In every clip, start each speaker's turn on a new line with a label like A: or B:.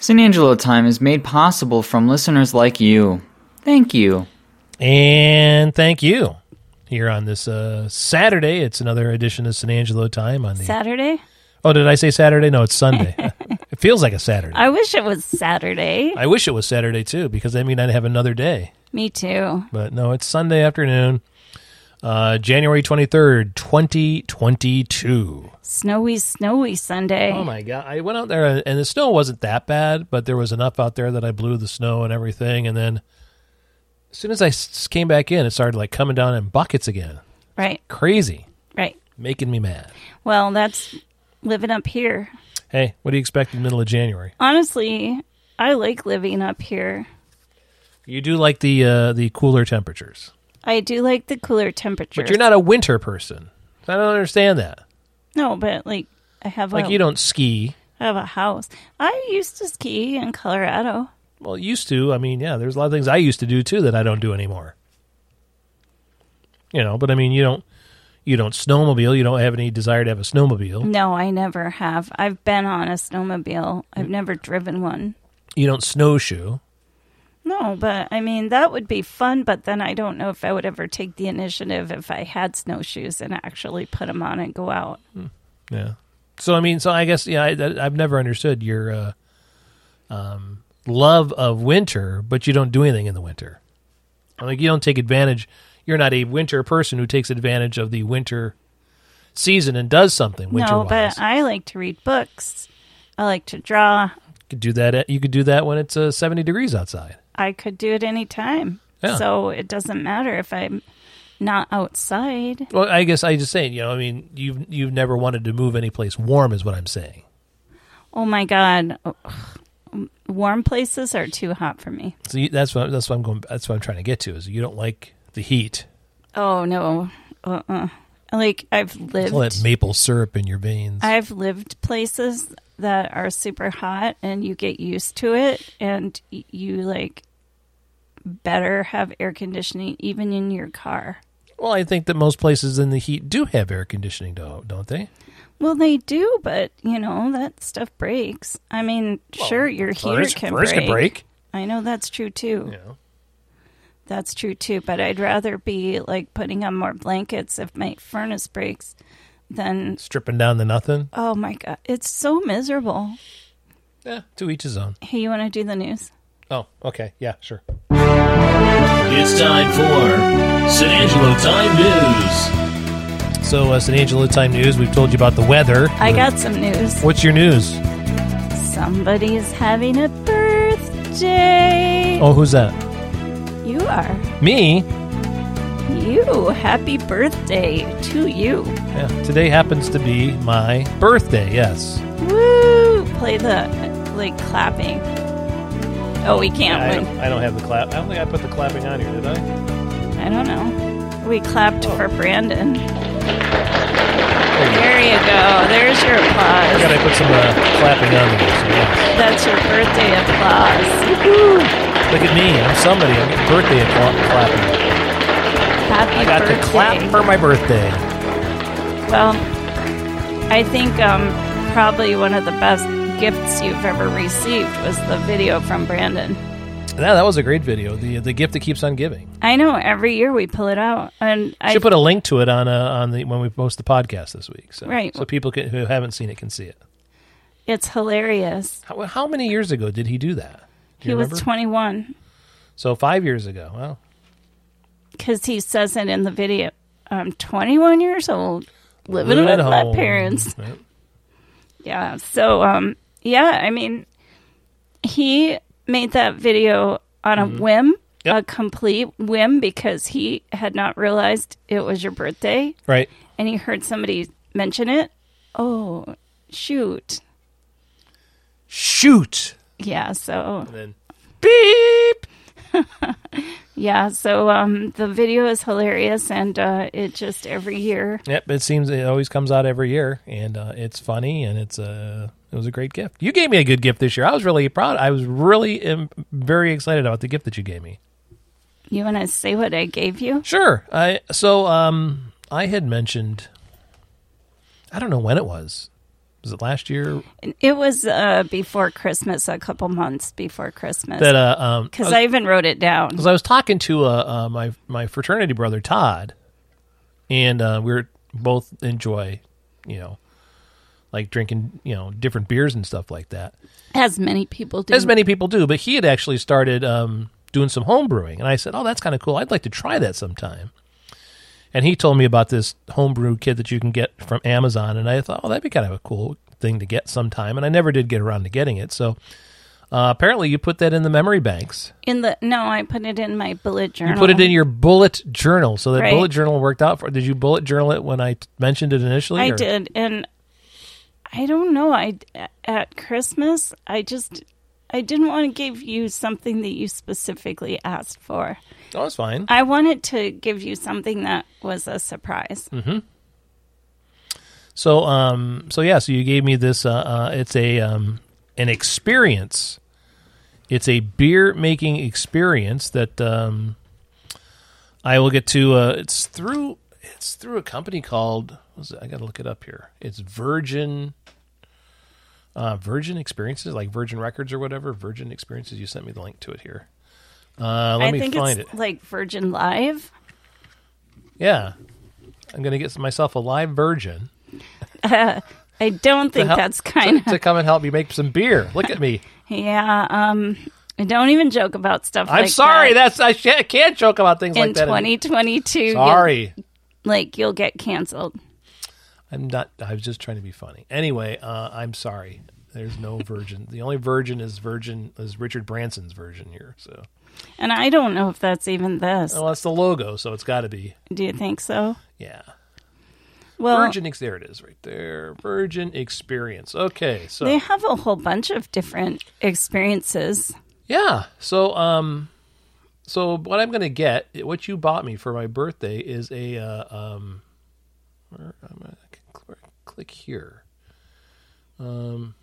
A: San Angelo Time is made possible from listeners like you. Thank you.
B: And thank you. Here on this uh, Saturday, it's another edition of San Angelo Time on the.
C: Saturday?
B: oh, did I say Saturday? No, it's Sunday. it feels like a Saturday. I,
C: I wish it was Saturday.
B: wish it was Saturday too, because that means I'd have another day.
C: Me too.
B: But no, it's Sunday afternoon, uh, January twenty third, twenty twenty two.
C: Snowy, snowy Sunday.
B: Oh my god! I went out there, and- and the snow wasn't that bad, but there was enough out there that I blew the snow and everything. And then, as soon as I s- came back in, it started like coming down in buckets again.
C: Right,
B: Crazy,
C: right.
B: making me mad.
C: Well, that's living up here.
B: Hey, what do you expect in the middle of January?
C: Honestly, I like living up here.
B: You do like the uh, the cooler temperatures,
C: I do like the cooler temperatures.
B: but you're not a winter person. I don't understand that.
C: No, but like I have
B: Like
C: a
B: you don't ski.
C: I have a house. I used to ski in Colorado.
B: Well, used to. I mean, yeah, there's a lot of things I used to do too that I don't do anymore. You know, but I mean, you don't you don't snowmobile. You don't have any desire to have a snowmobile.
C: No, I never have. I've been on a snowmobile. I've never driven one.
B: You don't snowshoe.
C: No, but I mean that would be fun, but then I don't know if I would ever take the initiative if I had snowshoes and actually put them on and go out.
B: Yeah. So I mean, so I guess yeah, I, that- I've never understood your uh, um, love of winter, but you don't do anything in the winter. Like you don't take advantage. You're not a winter person who takes advantage of the winter season and does something winter
C: no,
B: wise.
C: but I like to read books. I like to draw.
B: could do that. At, you could do that when it's uh, 70 degrees outside.
C: I could do it any time.
B: Yeah.
C: So it doesn't matter if I'm not outside.
B: Well, I guess I just saying, you know, I mean, you've you've never wanted to move anyplace warm, is what I'm saying.
C: Oh my god. Ugh. Warm places are too hot for me.
B: So you, that's what that's what I'm going. That's what I'm trying to get to is you don't like the heat.
C: Oh no. Uh-uh. Like I've lived
B: All that maple syrup in your veins.
C: I've lived places that are super hot and you get used to it and y- you like better have air conditioning even in your car.
B: Well, I think that most places in the heat do have air conditioning, though, don't they?
C: Well, they do, but you know, that stuff breaks. I mean, sure, your heater can, break. I know that's true too.
B: Yeah.
C: That's true too, but I'd rather be like putting on more blankets if my furnace breaks than,
B: Stripping down to nothing.
C: oh my God, it's so miserable.
B: Yeah, Eh, to each his own.
C: Hey, you want to do the news?
B: Oh, okay. Yeah, sure.
D: It's time for San Angelo Time News.
B: So, uh, San Angelo Time News, we've told you about the weather.
C: I got some news.
B: What's your news?
C: Somebody's having a birthday.
B: Oh, who's that?
C: You are.
B: Me?
C: You. Happy birthday to you.
B: Yeah, today happens to be my birthday, yes.
C: Woo! Play the like clapping. Oh, we can't
B: I,
C: win.
B: don't, I don't have the clap. I don't think I put the clapping on here, did I?
C: I don't know. We clapped
B: Oh.
C: for Brandon. There you go. There's your
B: I
C: applause.
B: gotta put some uh, clapping on there. So yes.
C: That's your birthday applause.
B: Look at me. I'm somebody. I'm getting birthday cla- clapping.
C: Happy
B: I got
C: birthday.
B: to clap for my birthday.
C: Well, I think um, probably one of the best gifts you've ever received was the video from Brandon.
B: Yeah, that was a great video. The the gift that keeps on giving.
C: I know every year we pull it out, and I
B: Should put a link to it on uh, on the when we post the podcast this week, so
C: Right.
B: so people can, who haven't seen it can see it.
C: it's hilarious.
B: How, how many years ago did he do that? Do
C: He
B: you
C: was
B: remember?
C: 21
B: so five years ago. Well,
C: because he says it in the video. I'm 21 years old, living,
B: living
C: with
B: at
C: my
B: home,
C: parents.
B: right?
C: Yeah. So, um, yeah, I mean, he made that video on a whim,
B: Mm-hmm. Yep.
C: a complete whim, because he had not realized it was your birthday.
B: Right.
C: and he heard somebody mention it. Oh, shoot.
B: Shoot.
C: Yeah, so
B: And then beep.
C: yeah, so um the video is hilarious and uh it just every year.
B: Yep. It seems it always comes out every year, and uh, it's funny, and it's uh, it was a great gift. You gave me a good gift this year. I was really proud. I was really um, very excited about the gift that you gave me.
C: You want to say what I gave you?
B: Sure. I so um I had mentioned I don't know when it was, Was it last year
C: And It was uh, before Christmas, a couple months before Christmas,
B: that uh, um,
C: because I even wrote it down.
B: because I was talking to uh, uh, my my fraternity brother Todd, and uh, we were both enjoy, you know, like drinking, you know, different beers and stuff like that,
C: As many people do.
B: as many people do. But he had actually started um, doing some home brewing, and I said, "Oh, that's kind of cool. I'd like to try that sometime." And he told me about this homebrew kit that you can get from Amazon, and I thought, "Oh, that'd be kind of a cool thing to get sometime." And I never did get around to getting it, so. Uh, apparently, you put that in the memory banks.
C: in the no, I put it in my bullet journal.
B: You put it in your bullet journal. So that
C: Right.
B: bullet journal worked out for. Did you bullet journal it when I t- mentioned it initially?
C: I
B: or-
C: did, and I don't know. I at Christmas, I just I didn't want to give you something that you specifically asked for.
B: Oh, it's fine.
C: I wanted to give you something that was a surprise.
B: Mm-hmm. So, um, so yeah. So you gave me this. Uh, uh, it's a um, an experience. It's a beer making experience that um, I will get to. Uh, it's through it's through a company called. what Was it? I got to look it up here. It's Virgin. Uh, Virgin Experiences, like Virgin Records or whatever. Virgin Experiences. You sent me the link to it here. Uh, let
C: I
B: me
C: think
B: find
C: it's
B: it.
C: like Virgin Live.
B: Yeah. I'm going to get myself a live virgin
C: I don't think
B: hel-
C: that's kind of
B: to come and help me make some beer. Look at me.
C: yeah. Um, I don't even joke about stuff.
B: I'm
C: like
B: sorry.
C: That.
B: That's I sha- can't joke about things
C: in
B: like that.
C: 2022, you'll-
B: sorry.
C: like you'll get canceled.
B: I'm not I was just trying to be funny. Anyway, uh, I'm sorry. There's no virgin. the only virgin is virgin is Richard Branson's virgin here. So
C: And I don't know if that's even this.
B: well, that's the logo, so it's got to be
C: Do you think so?
B: yeah.
C: Well,
B: virgin Ex- there it is right there. Virgin Experience. Okay. So
C: they have a whole bunch of different experiences.
B: Yeah. So um so what I'm going to get what you bought me for my birthday is a uh, um where I'm gonna, I can cl- click here. Um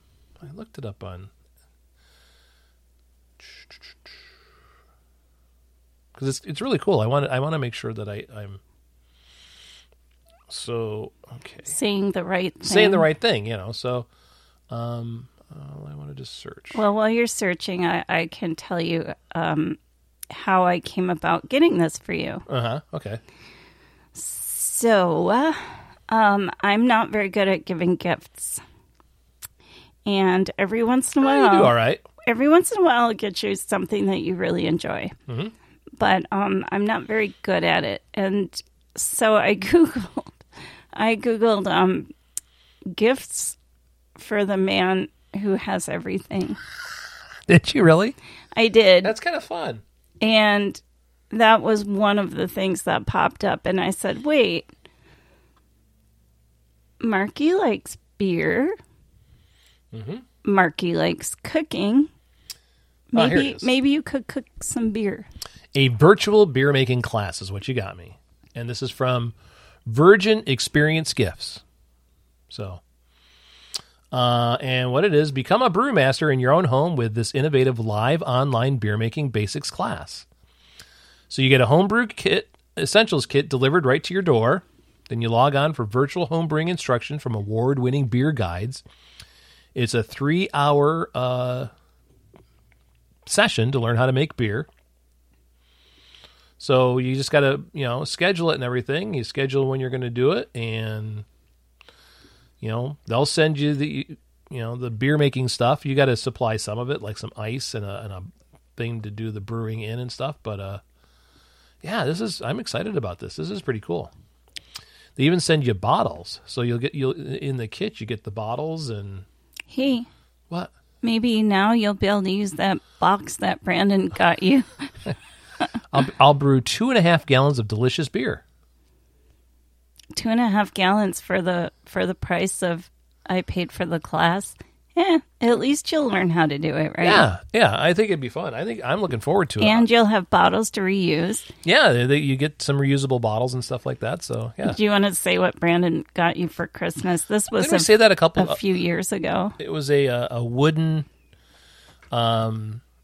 B: I looked it up on cuz it's it's really cool. I want I want to make sure that I I'm so okay
C: Saying the right thing.
B: saying the right thing, you know. So um uh, I want to just search.
C: Well, while you're searching, I, I can tell you um, how I came about getting this for you.
B: Uh-huh. Okay.
C: So, uh, um, I'm not very good at giving gifts. And every once in a while,
B: You do all right.
C: every once in a while, I'll get you something that you really enjoy. But um, I'm not very good at it. And so I Googled, I Googled um, gifts for the man who has everything.
B: Did you really?
C: I did.
B: That's kind of fun.
C: And that was one of the things that popped up. And I said, wait, Marky likes beer.
B: Mm-hmm.
C: Marky likes cooking.
B: Ah, here
C: Maybe
B: it is.
C: maybe you could cook some beer.
B: A virtual beer making class is what you got me. And this is from Virgin Experience Gifts. So, uh, and what it is become a brewmaster in your own home with this innovative live online beer making basics class. So, you get a homebrew kit, essentials kit delivered right to your door. Then you log on for virtual homebrewing instruction from award winning beer guides. It's a three hour uh, session to learn how to make beer. So you just got to, you know, schedule it and everything. You schedule when you're going to do it and you know, they'll send you the you know, the beer making stuff. You got to supply some of it like some ice and a and a thing to do the brewing in and stuff, but uh yeah, this is I'm excited about this. This is pretty cool. They even send you bottles. So you'll get you'll in the kit you get the bottles and
C: Hey,
B: what?
C: maybe now you'll be able to use that box that Brandon got you.
B: I'll, I'll brew two and a half gallons of delicious beer.
C: Two and a half gallons for the for the price of I paid for the class. Yeah, at least you'll learn how to do it, right?
B: Yeah, yeah. I think it'd be fun. I think I'm looking forward to it.
C: And you'll have bottles to reuse.
B: Yeah, they, they, you get some reusable bottles and stuff like that. So yeah,
C: Do you want to say what Brandon got you for Christmas? This was
B: did we
C: a,
B: say that a couple?
C: a few years ago.
B: it was a uh, a wooden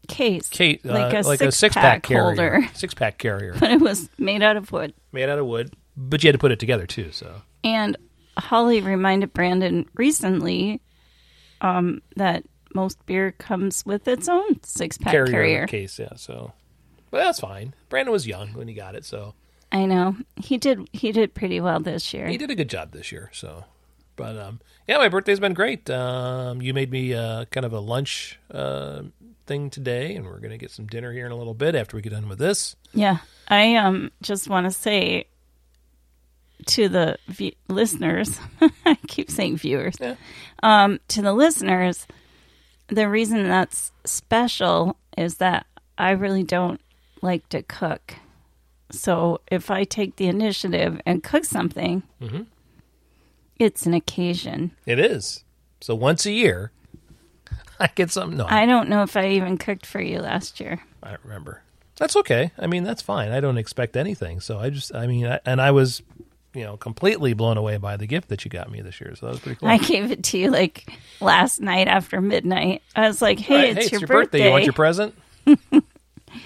C: Case.
B: Kate uh, like a, six pack
C: six-pack
B: carrier, six pack carrier
C: But it was made out of wood.
B: made out of wood, but you had to put it together too. So
C: And Holly reminded Brandon recently um, that most beer comes with its own six pack
B: carrier,
C: carrier.
B: case. Yeah, so but that's fine. Brandon was young when he got it, so
C: I know he did. He did pretty well this year.
B: he did a good job this year. So, but um, yeah, my birthday's been great. Um, you made me uh, kind of a lunch uh, thing today, and we're gonna get some dinner here in a little bit after we get done with this.
C: Yeah, I um just want to say to the v- listeners, I keep saying viewers,
B: Yeah.
C: um, to the listeners, the reason that's special is that I really don't like to cook. So if I take the initiative and cook something,
B: Mm-hmm.
C: it's an occasion.
B: It is so once a year, I get something. No,
C: I don't know if I even cooked for you last year.
B: I don't remember. That's okay. I mean, that's fine. I don't expect anything. So I just, I mean, I, and I was, you know, completely blown away by the gift that you got me this year. So that was pretty cool.
C: I gave it to you like last night after midnight. I was like, "Hey,
B: All right,
C: it's, your,
B: birthday. You want your present?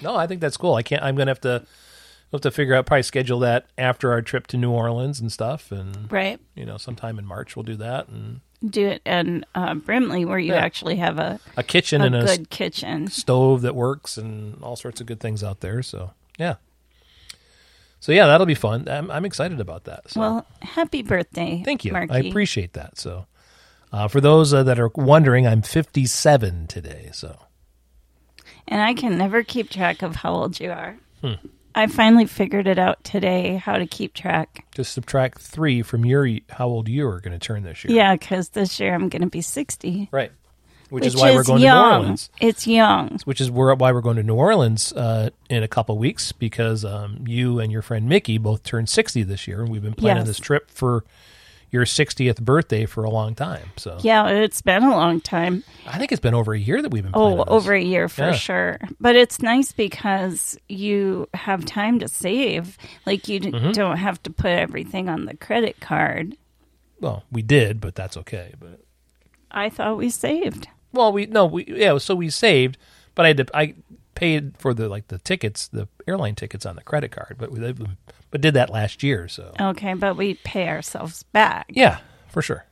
B: no, I think that's cool. I can't. I'm gonna have to we'll have to figure out probably schedule that after our trip to New Orleans and stuff, and
C: Right.
B: you know, sometime in March we'll do that and
C: Do it in uh, Brimley, where you
B: Yeah.
C: actually have a,
B: a kitchen
C: a
B: and a s-
C: good kitchen.
B: stove that works and all sorts of good things out there. So yeah. So yeah, that'll be fun. I'm, I'm excited about that. So.
C: Well, happy birthday.
B: Thank you.
C: Marky.
B: I appreciate that. So, uh, for those uh, that are wondering, I'm 57 today. So,
C: And I can never keep track of how old you are.
B: Hmm.
C: I finally figured it out today how to keep track.
B: just subtract three from your how old you are going to turn this year.
C: Yeah, because this year I'm going to be 60.
B: Right. Which, is why we're going
C: young.
B: to New Orleans.
C: It's young.
B: Which is where, why we're going to New Orleans uh, in a couple weeks because um, you and your friend Mickey both turned 60 this year, and we've been planning
C: Yes.
B: this trip for your 60th birthday for a long time. So,
C: Yeah, it's been a long time.
B: I think it's been over a year that we've been planning.
C: Oh,
B: this.
C: over a year for
B: Yeah.
C: sure. But it's nice because you have time to save. Like you d-
B: Mm-hmm.
C: don't have to put everything on the credit card.
B: Well, we did, but that's okay. But
C: I thought we saved.
B: Well, we no, we yeah. So we saved, but I had to, I paid for the like the tickets, the airline tickets on the credit card, but we but did that last year. So
C: Okay, but we pay ourselves back.
B: yeah, for sure,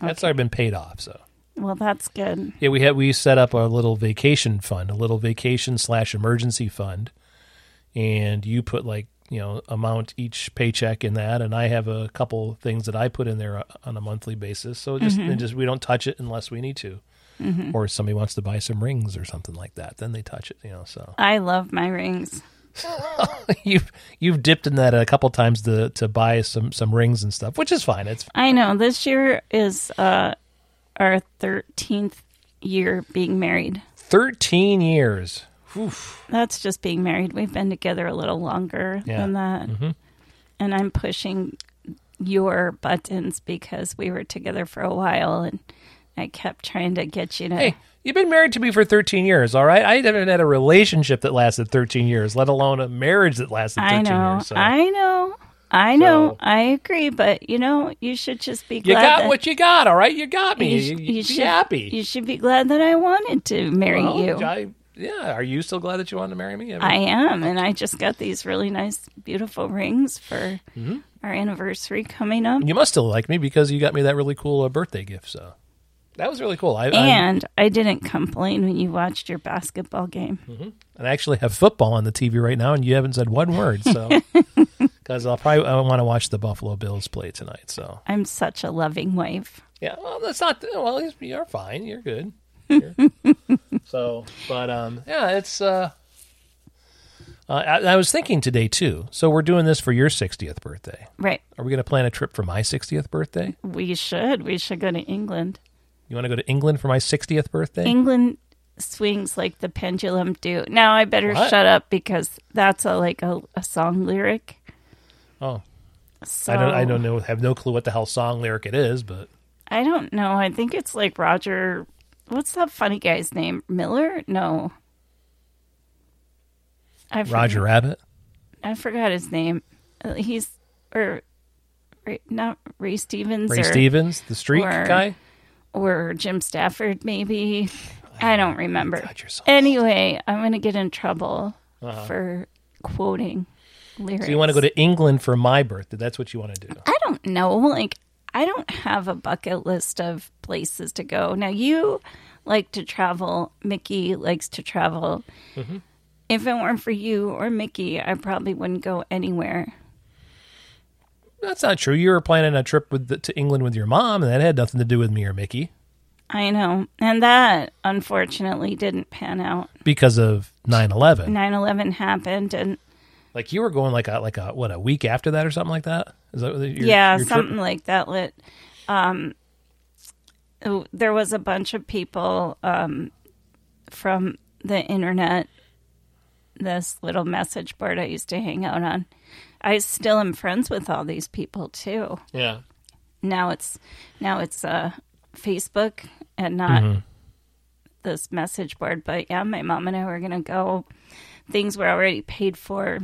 B: that's already been paid off. So
C: Well, that's good.
B: yeah, we had we set up a little vacation fund, a little vacation slash emergency fund, and you put like you know amount each paycheck in that, and I have a couple things that I put in there uh, on a monthly basis. So it just it just we don't touch it unless we need to. Or somebody wants to buy some rings or something like that, then they touch it, you know. So
C: I love my rings.
B: you've you've dipped in that a couple times to to buy some some rings and stuff, which is fine. It's
C: I know this year is uh, our 13th year being married.
B: thirteen years.
C: That's just being married. We've been together a little longer
B: Yeah. Mm-hmm.
C: than that. And I'm pushing your buttons because we were together for a while and I kept trying to get you to.
B: Hey, you've been married to me for thirteen years, all right? I haven't had a relationship that lasted thirteen years, let alone a marriage that lasted
C: I
B: thirteen
C: know.
B: years. So
C: I know. I know.
B: So-
C: I agree. But, you know, you should just be
B: you
C: glad.
B: got
C: that-
B: what you got, all right? You got me. You,
C: sh-
B: you be
C: should
B: happy.
C: You should be glad that I wanted to marry
B: Well,
C: you. I,
B: I- yeah. Are you still glad that you wanted to marry me? mean,
C: am, and I just got these really nice, beautiful rings for
B: Mm-hmm.
C: our anniversary coming up.
B: you must still like me because you got me that really cool uh, birthday gift. So that was really cool. I, I'm-
C: And I didn't complain when you watched your basketball game.
B: Mm-hmm. and I actually have football on the TV right now, and you haven't said one word. So, because I'll probably I want to watch the Buffalo Bills play tonight. So,
C: I'm such a loving wife.
B: yeah, well, that's not well. it's- You're fine. You're good. You're- so, but um, yeah, it's uh, uh I, I was thinking today too. So we're doing this for your 60th birthday.
C: Right.
B: Are we going to plan a trip for my 60th birthday?
C: We should. We should go to England.
B: You want to go to England for my 60th birthday?
C: England swings like the pendulum do. Now I better
B: What?
C: shut up because that's a like a, a song lyric.
B: Oh,
C: So
B: I don't. I don't know. Have no clue what the hell song lyric it is, but
C: I don't know. I think it's like Roger. What's that funny guy's name? Miller? No. I forg-
B: Roger Rabbit.
C: I forgot his name. Uh, He's or, Ray- not Ray Stevens
B: Ray
C: or
B: Stevens, the streak
C: or-
B: guy.
C: or Jim Stafford maybe. I don't remember.
B: God, you're so Uh-huh. old.
C: Anyway, I'm going to get in trouble for quoting lyrics.
B: So you want to go to England for my birthday? That's what you want to do.
C: I don't know. Like I don't have a bucket list of places to go. Now, you like to travel. Mickey likes to travel. If it weren't for you or Mickey, I probably wouldn't go anywhere.
B: That's not true. You were planning a trip with the, to England with your mom, and that had nothing to do with me or Mickey
C: I know. And that, unfortunately, didn't pan out.
B: because of 9-11.
C: 9 11 happened, and
B: Like you were going like a, like a what a week after that or something like that. Is that what your,
C: yeah,
B: your trip-
C: something like that. Lit. Um, oh, there was a bunch of people um, from the internet. This little message board I used to hang out on. I still am friends with all these people too.
B: Yeah,
C: Now it's now it's uh, Facebook and not
B: Mm-hmm.
C: this message board. But yeah, my mom and I were gonna go. Things were already paid for,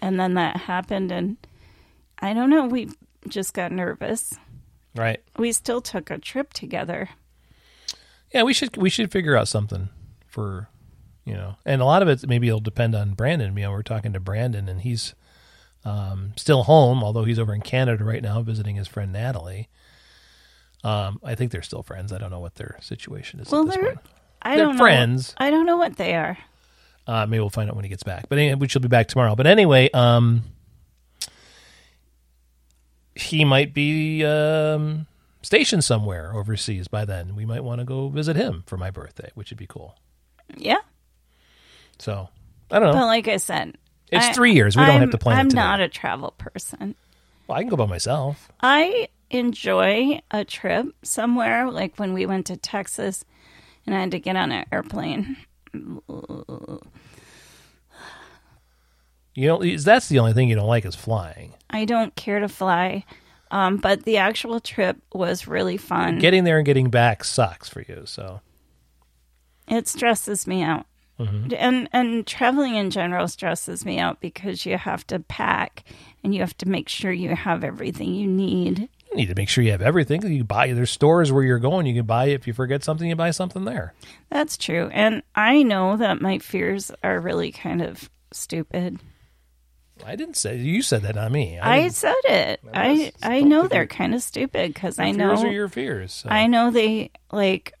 C: and then that happened, and I don't know. We just got nervous
B: right.
C: we still took a trip together.
B: Yeah, we should we should figure out something for you know, and a lot of it maybe it'll depend on Brandon. You know, we're talking to Brandon, and he's um, still home, although he's over in Canada right now visiting his friend Natalie. Um, I think they're still friends. I don't know what their situation is.
C: Well,
B: at this
C: they're
B: point.
C: I
B: They're
C: don't
B: friends.
C: Know, I don't know what they are.
B: Uh, maybe we'll find out when he gets back. But anyway, she'll be back tomorrow. But anyway, um, he might be um, stationed somewhere overseas by then. We might want to go visit him for my birthday, which would be cool.
C: Yeah,
B: So I don't know.
C: but like I said,
B: Oh. it's
C: I-
B: three years. We don't
C: I'm-
B: have to plan
C: I'm
B: it today.
C: not a travel person.
B: well, I can go by myself.
C: I enjoy a trip somewhere, like when we went to Texas, and I had to get on an airplane.
B: You know, that's the only thing you don't like is flying.
C: I don't care to fly, um, but the actual trip was really fun.
B: Getting there and getting back sucks for you. So
C: it stresses me out and and traveling in general stresses me out because you have to pack and you have to make sure you have everything you need
B: you need to make sure you have everything. You buy there's stores where you're going. You can buy if you forget something, you buy something there.
C: that's true and i know that my fears are really kind of stupid
B: I didn't say you said that, not me.
C: i,
B: didn't-
C: said it i i know they're kind of stupid because i know
B: Fears are your fears. so-
C: I know they like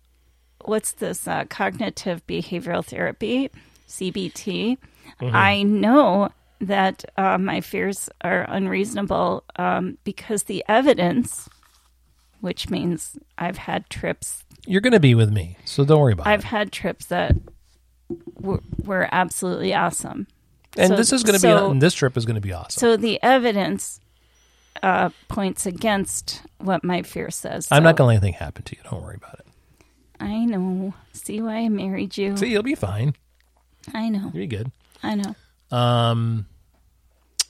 C: what's this uh, cognitive behavioral therapy CBT. I know that uh, my fears are unreasonable um, because the evidence, which means I've had trips,
B: You're going to be with me, so don't worry about
C: I've
B: it.
C: had trips that were, were absolutely awesome.
B: And
C: so-
B: this is going to
C: so-
B: be. And this trip is going to be awesome.
C: So the evidence uh, points against what my fear says.
B: I'm not
C: So
B: going to let anything happen to you. Don't worry about it.
C: I know. See why I married you.
B: See, you'll be fine.
C: I know.
B: You'll be good.
C: I know.
B: Um.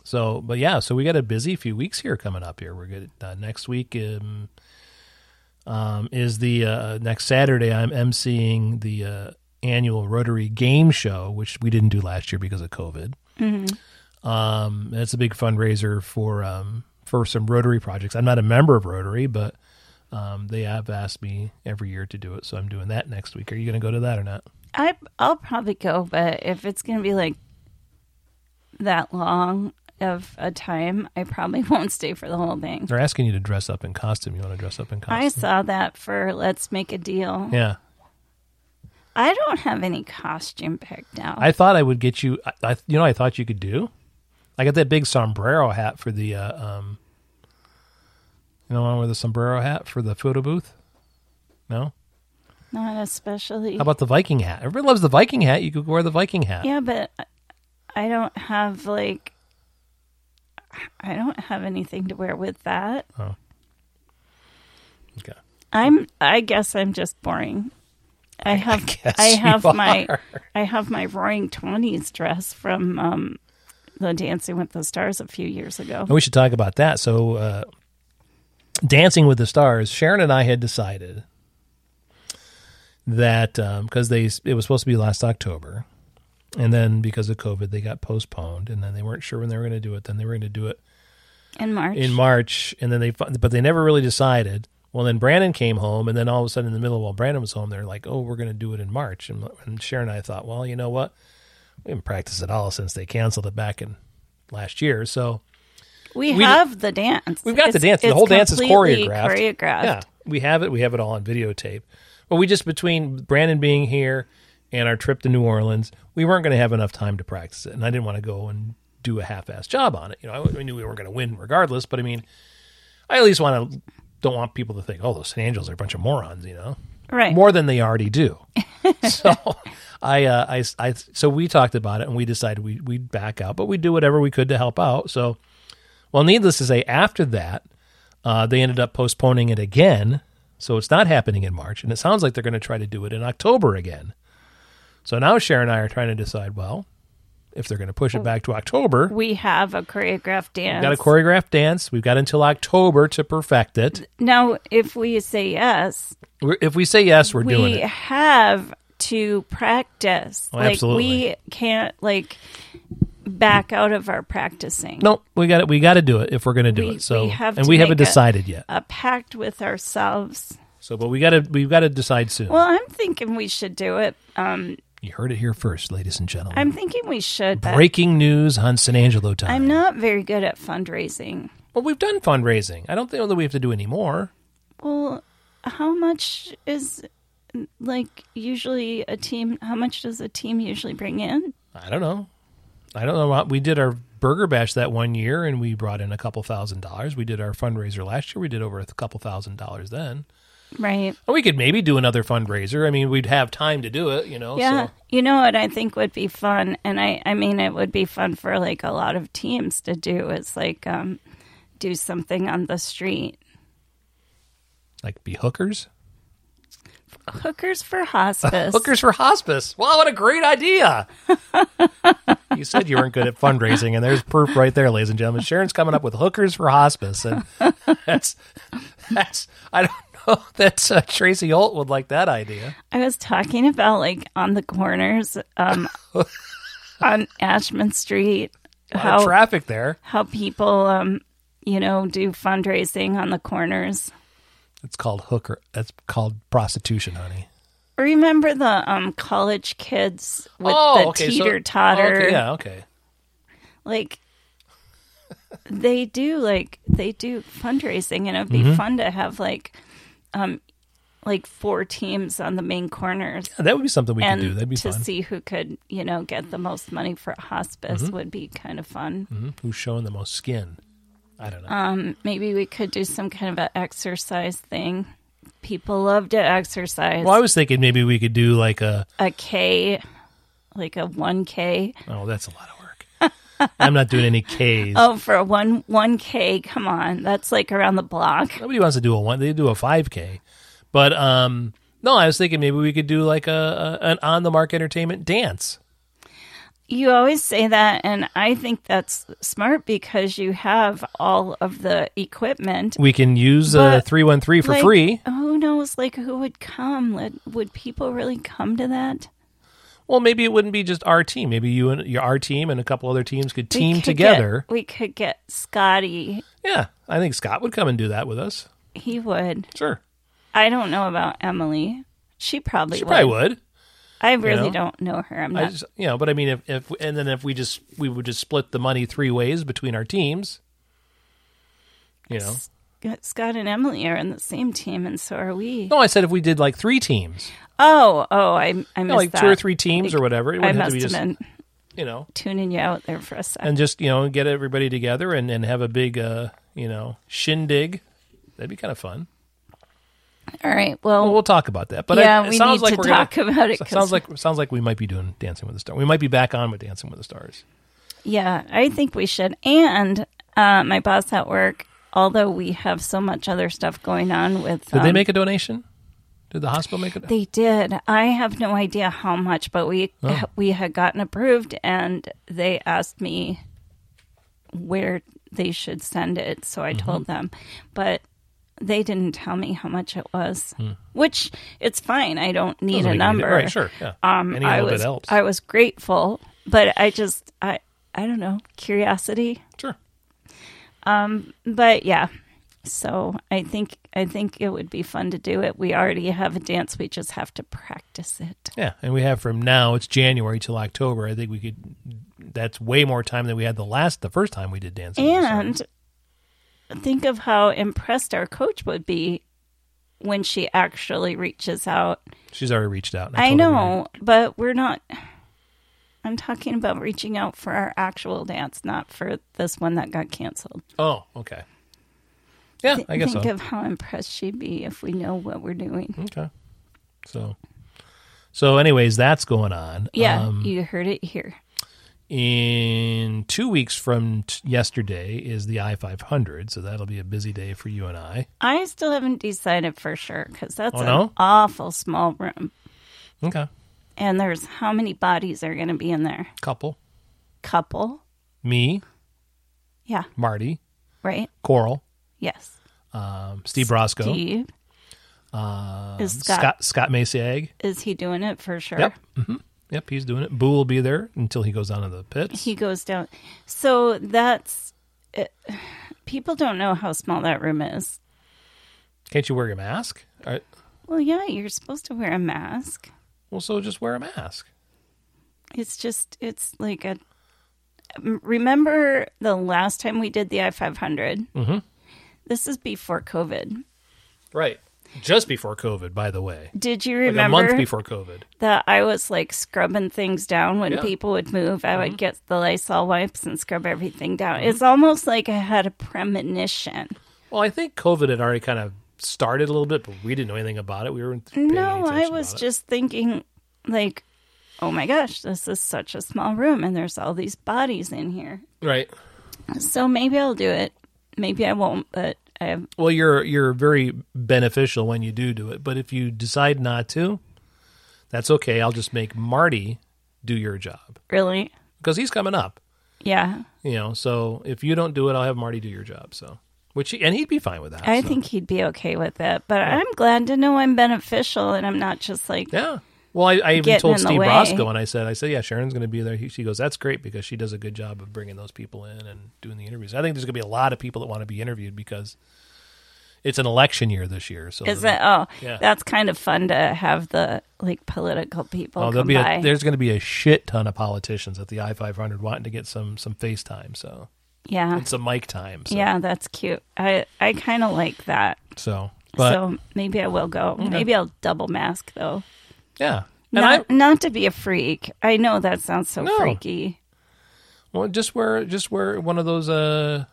B: So, but yeah, so we got a busy few weeks here coming up. Here we're good. Uh, next week um, um, is the uh, next Saturday. I'm emceeing the uh, annual Rotary Game Show, which we didn't do last year because of COVID. Um, it's a big fundraiser for um, for some Rotary projects. I'm not a member of Rotary, but um, they have asked me every year to do it, so I'm doing that next week. Are you going to go to that or not?
C: I I'll probably go, but if it's gonna be like that long of a time, I probably won't stay for the whole thing.
B: They're asking you to dress up in costume. You want to dress up in costume?
C: I saw that for Let's Make a Deal.
B: Oh, yeah.
C: I don't have any costume picked out.
B: I thought I would get you. I, I you know, I thought you could do. I got that big sombrero hat for the. Uh, um, you know, the one with the sombrero hat for the photo booth. No,
C: Not especially.
B: how about the Viking hat? Everybody loves the Viking hat. You could wear the Viking hat.
C: yeah, but I don't have like I don't have anything to wear with that.
B: Okay.
C: I'm I guess I'm just boring. I have I,
B: guess you
C: have my
B: are.
C: I have my roaring twenties dress from um the Dancing with the Stars a few years ago.
B: And we should talk about that. So, uh, Dancing with the Stars. Sharon and I had decided that because they it was supposed to be last October, and then because of COVID, they got postponed, and then they weren't sure when they were going to do it. Then they were going to do it
C: In March.
B: in March, and then they fi- but they never really decided. Well, then Brandon came home, and then all of a sudden, in the middle while Brandon was home, they're like, "Oh, we're going to do it in March." And, and Sharon and I thought, "Well, you know what? We haven't practiced at all since they canceled it back in last year, so
C: We,
B: We-
C: have the dance.
B: We've got the
C: It's-
B: dance. The
C: it's
B: whole dance is
C: completely
B: choreographed.
C: Choreographed.
B: Yeah, we have it. We have it all on videotape. But we just between Brandon being here and our trip to New Orleans, we weren't going to have enough time to practice it, and I didn't want to go and do a half-ass job on it. You know, I, I knew we weren't going to win regardless, but I mean, I at least want to. Don't want people to think, oh, those San Angels are a bunch of morons. You know,
C: Right.
B: more than they already do. so I, uh, I, I, so we talked about it and we decided we, we'd back out, but we'd do whatever we could to help out. So, well, needless to say, after that, uh, they ended up postponing it again. So it's not happening in March. And it sounds like they're going to try to do it in October again. So now Sharon and I are trying to decide, well, if they're going to push it back to October,
C: We have a choreographed
B: we've
C: dance.
B: got a choreographed dance. We've got until October to perfect it.
C: now, if we say yes,
B: We're, if we say yes, we're doing
C: we
B: it.
C: have to practice.
B: Oh,
C: like we
B: absolutely.
C: can't like back out of our practicing.
B: No, we got it. We got to do it if we're going to do
C: We-
B: it. So,
C: we have
B: and
C: to
B: we
C: make
B: haven't
C: a- Uh,
B: decided yet.
C: A pact with ourselves.
B: So, but we got to we've got to decide soon.
C: Well, I'm thinking we should do it. Um,
B: you heard it here first, ladies and gentlemen.
C: I'm thinking we should. but
B: Breaking news on San Angelo time.
C: I'm not very good at fundraising.
B: well, we've done fundraising. I don't think that we have to do any more.
C: Well, how much is like usually a team? How much does a team usually bring in?
B: I don't know. I don't know. how- We did our burger bash that one year, and we brought in a couple thousand dollars. We did our fundraiser last year. We did over a couple thousand dollars then.
C: Right.
B: And we could maybe do another fundraiser. I mean, we'd have time to do it. You know.
C: Yeah.
B: So,
C: You know what I think would be fun, and I I mean it would be fun for like a lot of teams to do is like um do something on the street.
B: like, be hookers.
C: Hookers for hospice.
B: Hookers for Hospice. Wow, what a great idea. you said you weren't good at fundraising, and there's proof right there, ladies and gentlemen. Sharon's coming up with Hookers for Hospice, and that's that's I don't know that uh, Tracy Holt would like that idea.
C: I was talking about like on the corners um on Ashman Street
B: A lot of
C: how
B: traffic there.
C: how people um you know do fundraising on the corners.
B: It's called hooker. That's called prostitution, honey.
C: Remember the um college kids with the
B: Oh, okay, so- oh,
C: teeter totter
B: okay, yeah, okay.
C: like they do like they do fundraising and it'd be
B: Mm-hmm.
C: fun to have like um like four teams on the main corners
B: That would be something we
C: and
B: could do. That'd be
C: to
B: fun.
C: see who could you know get the most money for hospice
B: Mm-hmm.
C: would be kind of fun
B: Mhm. Who's showing the most skin? I don't know.
C: Uh, maybe we could do some kind of an exercise thing people love to exercise
B: well, I was thinking maybe we could do like a
C: a k like a 1k
B: Oh, that's a lot of work. I'm not doing any K's.
C: oh for a 1 1k come on that's like around the block
B: Nobody wants to do a one. They do a five k. But um, no, I was thinking maybe we could do like a, a an on the mark entertainment dance.
C: You always say that, and I think that's smart because you have all of the equipment.
B: We can use uh
C: But,
B: three one three for
C: Like,
B: free.
C: Who knows, like, who would come? Like, would people really come to that?
B: Well, maybe it wouldn't be just our team. Maybe you and your our team and a couple other teams could
C: We
B: team
C: could
B: together.
C: get- we could get Scotty.
B: Yeah, I think Scott would come and do that with us.
C: He would.
B: Sure,
C: I don't know about Emily. She probably
B: she
C: would.
B: probably would.
C: I really
B: know?
C: don't know her. I'm
B: I
C: not.
B: just, you know, but I mean, if, if and then if we just we would just split the money three ways between our teams. You know,
C: Scott and Emily are in the same team, and so are we.
B: no, I said if we did like three teams.
C: Oh, oh, I, I missed
B: you know, like
C: that.
B: two or three teams or whatever. It would
C: I
B: have to
C: must
B: be
C: have
B: just
C: been
B: you know,
C: tuning you out there for a second.
B: and just you know, get everybody together and and have a big uh you know shindig. That'd be kind of fun.
C: All right.
B: Well,
C: Well,
B: we'll talk about that. But I-
C: yeah,
B: it
C: we
B: sounds
C: need
B: like
C: to
B: we're
C: talk
B: gonna,
C: about it.
B: so-
C: 'cause-
B: Sounds like sounds like we might be doing Dancing with the Stars. We might be back on with Dancing with the Stars.
C: yeah, I think we should. And uh, my boss at work, although we have so much other stuff going on with,
B: Did they
C: um,
B: make a donation? Did the hospital make it?
C: They did. I have no idea how much, but we
B: Oh.
C: we had gotten approved, and they asked me where they should send it. So I told
B: Mm-hmm.
C: them, but they didn't tell me how much it was.
B: Hmm.
C: Which it's fine. I don't need a number.
B: Right, sure. Yeah.
C: Um,
B: Any
C: I
B: little
C: was
B: bit helps.
C: I was grateful, but I just I I don't know curiosity.
B: sure.
C: But yeah, so I think I think it would be fun to do it. We already have a dance. We just have to practice it.
B: Yeah, and we have from now it's January till October. I think we could. That's way more time than we had the last the first time we did Dancing. with the Stars.
C: And think of how impressed our coach would be when she actually reaches out.
B: She's already reached out. and
C: I
B: told her we
C: know, but we're not. I'm talking about reaching out for our actual dance, not for this one that got canceled.
B: were- Oh, okay. Yeah, I guess
C: think
B: so.
C: of how impressed she'd be if we know what we're doing.
B: okay. So, so anyways, that's going on.
C: Yeah,
B: Um,
C: you heard it here.
B: in two weeks from t- yesterday is the I five hundred, so that'll be a busy day for you and I.
C: I still haven't decided for sure because that's
B: Oh,
C: an
B: no?
C: awful small room.
B: Okay.
C: And there's how many bodies are going to be in there?
B: Couple.
C: Couple?
B: Me,
C: Yeah,
B: Marty,
C: right?
B: Coral,
C: Yes.
B: um, Steve Brosco,
C: Steve,
B: um,
C: Is Scott-
B: Scott Scott Maciag.
C: is he doing it for sure?
B: Yep. hmm Yep, he's doing it. Boo will be there until he goes down to the pits.
C: He goes down. So that's. It, people don't know how small that room is.
B: Can't you wear your mask? All right.
C: Well, yeah, you're supposed to wear a mask.
B: Well, so just wear a mask.
C: It's just, it's like a. Remember the last time we did the I 500? Mm-hmm. This is before COVID.
B: Right. Just before COVID, by the way.
C: Did you
B: Like a
C: remember
B: month before COVID.
C: that I was like scrubbing things down when
B: Yeah. Mm-hmm.
C: people would move? I would get the Lysol wipes and scrub everything down. It's almost like I had a premonition.
B: Well, I think COVID had already kind of started a little bit, but we didn't know anything about it. We weren't. paying any
C: No, I
B: attention
C: was
B: about it.
C: just thinking, like, oh my gosh, this is such a small room and there's all these bodies in here.
B: right.
C: So maybe I'll do it. Maybe I won't, but I have,
B: Well, you're you're very beneficial when you do do it, but if you decide not to, that's okay. I'll just make Marty do your job
C: really,
B: because he's coming up.
C: yeah.
B: You know, so if you don't do it, I'll have Marty do your job. So, which he, and he'd be fine with that.
C: I
B: so.
C: think he'd be okay with it, but I'm glad to know I'm beneficial and I'm not just like,
B: Yeah. Well, I, I even
C: Getting
B: told
C: in the
B: Steve
C: way.
B: Roscoe, and I said, I said, yeah, Sharon's going to be there. He, she goes, that's great because she does a good job of bringing those people in and doing the interviews. I think there's going to be a lot of people that want to be interviewed because it's an election year this year. So
C: is it? Oh,
B: Yeah.
C: that's kind of fun to have the like political people
B: Oh, there'll
C: come
B: be
C: by.
B: a, there's going to be a shit ton of politicians at the I five hundred wanting to get some some face time, so
C: yeah,
B: and some mic time. So,
C: yeah, that's cute. I I kind of like that.
B: So, but
C: so maybe I will go. Maybe I'll double mask though.
B: yeah, and
C: Not,
B: I
C: not to be a freak. I know that sounds so
B: No.
C: freaky.
B: well just wear just wear one of those uh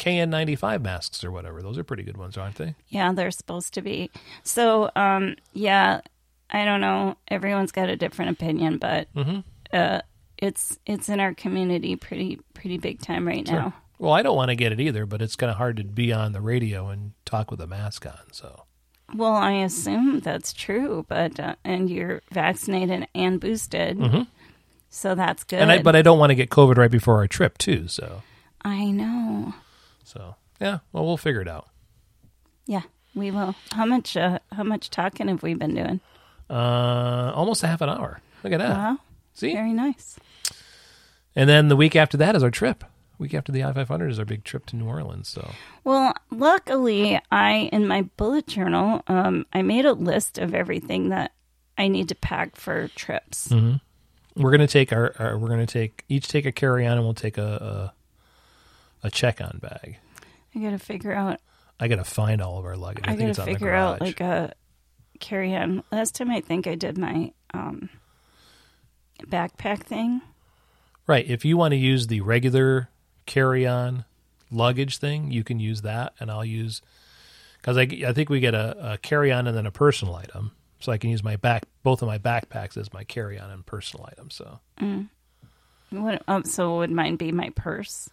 B: KN95 masks or whatever. Those are pretty good ones, aren't they?
C: Yeah, they're supposed to be. So, um, yeah, I don't know. Everyone's got a different opinion, but
B: Mm-hmm.
C: uh, it's it's in our community pretty pretty big time right now.
B: Well, I don't want to get it either, but it's kind of hard to be on the radio and talk with a mask on. So,
C: Well, I assume that's true, but uh, and you're vaccinated and boosted, so that's good.
B: Mm-hmm. and I but I don't want to get COVID right before our trip too. So,
C: I know.
B: so yeah. Well, we'll figure it out.
C: Yeah, we will. How much uh, how much talking have we been doing?
B: Uh, almost a half an hour. Look at that.
C: Wow,
B: See,
C: very nice.
B: And then the week after that is our trip. Week after the I five hundred is our big trip to New Orleans. So
C: Well, luckily, I in my bullet journal, um, I made a list of everything that I need to pack for trips.
B: Mm-hmm. we're gonna take our, our we're gonna take each take a carry on and we'll take a a, a check on bag.
C: I got to figure out.
B: I gotta find all of our luggage. I,
C: I,
B: think
C: got
B: it's
C: to
B: on the
C: figure
B: garage.
C: out like a carry on. Last time, I think I did my um, backpack thing.
B: right. If you want to use the regular carry on luggage thing, you can use that, and I'll use because I I think we get a, a carry on and then a personal item. So I can use my back both of my backpacks as my carry on and personal item. So
C: What, um, so would mine be my purse?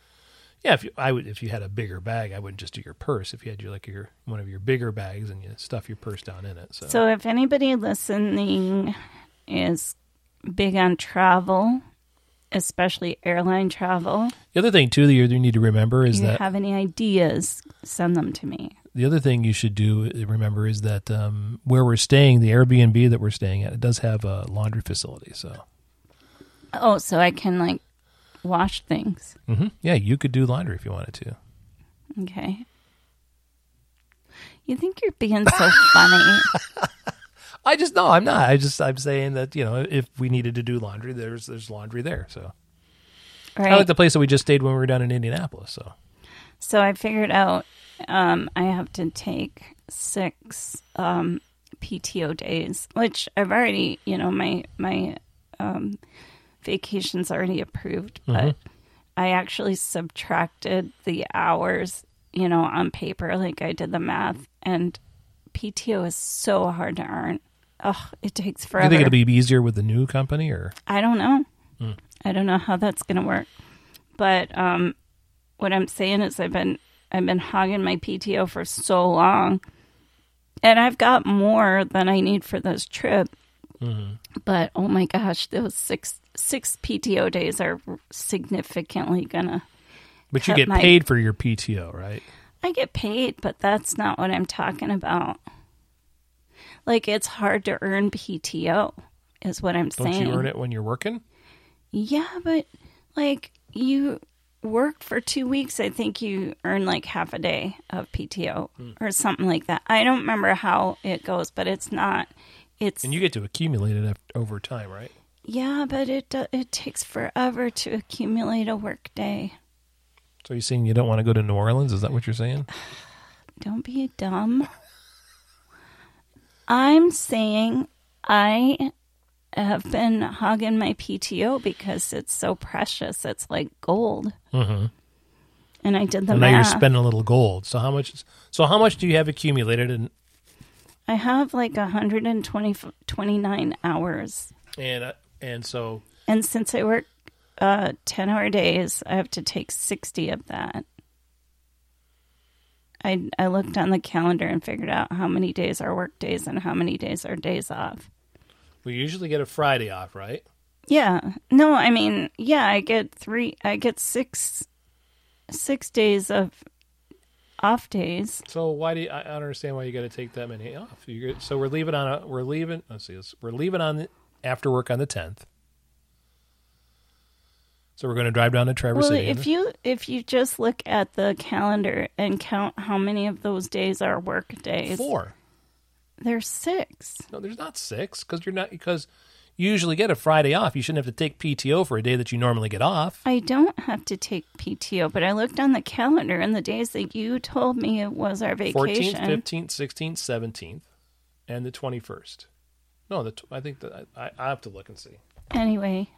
B: Yeah, if you, I would, if you had a bigger bag, I wouldn't just do your purse. If you had your like your one of your bigger bags and you stuff your purse down in it, so,
C: So if anybody listening is big on travel, especially airline travel,
B: the other thing too that you you need to remember is
C: you
B: that
C: have any ideas, send them to me.
B: the other thing you should do uh, remember is that um, where we're staying, the Airbnb that we're staying at, it does have a laundry facility. So
C: Oh, so I can like wash things.
B: hmm yeah, you could do laundry if you wanted to.
C: Okay. You think you're being so funny.
B: I just no, I'm not. I just I'm saying that you know if we needed to do laundry, there's there's laundry there. So
C: Right.
B: I like the place that we just stayed when we were down in Indianapolis. So
C: so I figured out um, I have to take six um, PTO days, which I've already, you know, my my um, vacation's already approved, but
B: Mm-hmm.
C: I actually subtracted the hours, you know, on paper, like I did the math, and PTO is so hard to earn. Oh, it takes
B: Do you
C: forever.
B: think it'll be easier with the new company or?
C: I don't know.
B: Hmm.
C: I don't know how that's going to work. But um, what I'm saying is, I've been I've been hogging my PTO for so long, and I've got more than I need for this trip.
B: Mm-hmm.
C: But oh my gosh, those six six PTO days are significantly gonna.
B: But you
C: Cut
B: get
C: my-
B: paid for your PTO, right?
C: I get paid, but that's not what I'm talking about. Like it's hard to earn PTO, is what I'm
B: Don't
C: saying.
B: you earn it when you're working?
C: Yeah, but like you worked for two weeks, I think you earn like half a day of PTO
B: Hmm.
C: or something like that. I don't remember how it goes, but it's not. It's
B: And you get to accumulate it af- over time, right?
C: yeah, but it do- it takes forever to accumulate a work day.
B: So you're saying you don't want to go to New Orleans? Is that what you're saying?
C: Don't be dumb. I'm saying I have been hogging my PTO because it's so precious. It's like gold.
B: Mhm.
C: And I did the
B: And now
C: math.
B: you're spending a little gold. So how much? So how much do you have accumulated? And
C: I have like 120 29 hours.
B: and uh, and so
C: And since I work uh, 10 hour days, I have to take 60 of that. I, I looked on the calendar and figured out how many days are work days and how many days are days off.
B: we usually get a Friday off, right?
C: Yeah. No, I mean, yeah, I get three, I get six, six days of off days.
B: So why do you, I I don't understand why you got to take that many off? You get, so we're leaving on a we're leaving. Let's see, this, we're leaving on the, after work on the tenth. So we're going to drive down to Traverse
C: Well,
B: City.
C: if you if you just look at the calendar and count how many of those days are work days,
B: four,
C: There's six.
B: no, there's not six because you're not because you usually get a Friday off. You shouldn't have to take PTO for a day that you normally get off.
C: I don't have to take PTO, but I looked on the calendar and the days that you told me it was our
B: Fourteenth,
C: vacation.
B: fifteenth, sixteenth, seventeenth, and the twenty-first. No, the tw- I think that I, I, I have to look and see.
C: Anyway,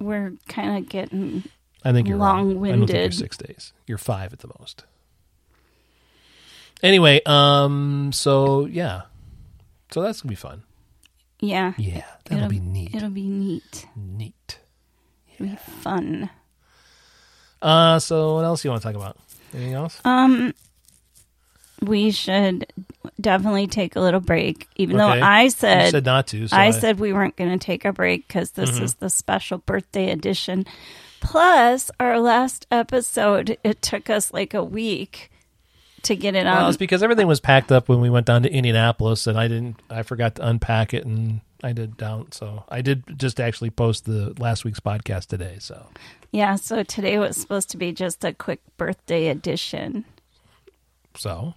C: we're kind of getting.
B: I think you're wrong. I don't think you're
C: Long-winded.
B: six days. You're five at the most. Anyway, um, so yeah, so that's gonna be fun.
C: Yeah.
B: Yeah, that'll
C: it'll
B: be neat.
C: It'll be neat.
B: Neat.
C: It'll be fun.
B: Uh, so what else you want to talk about? Anything else?
C: Uh, We should definitely take a little break, even
B: Okay.
C: though I
B: you
C: said,
B: said not to. So Mm-hmm.
C: I, said we weren't going to take a break because this is the special birthday edition. Plus, our last episode, it took us like a week to get it
B: Well,
C: on
B: it's because everything was packed up when we went down to Indianapolis, and I didn't. I forgot to unpack it, and I did down. So I did just actually post the last week's podcast today. So
C: Yeah, so today was supposed to be just a quick birthday edition.
B: so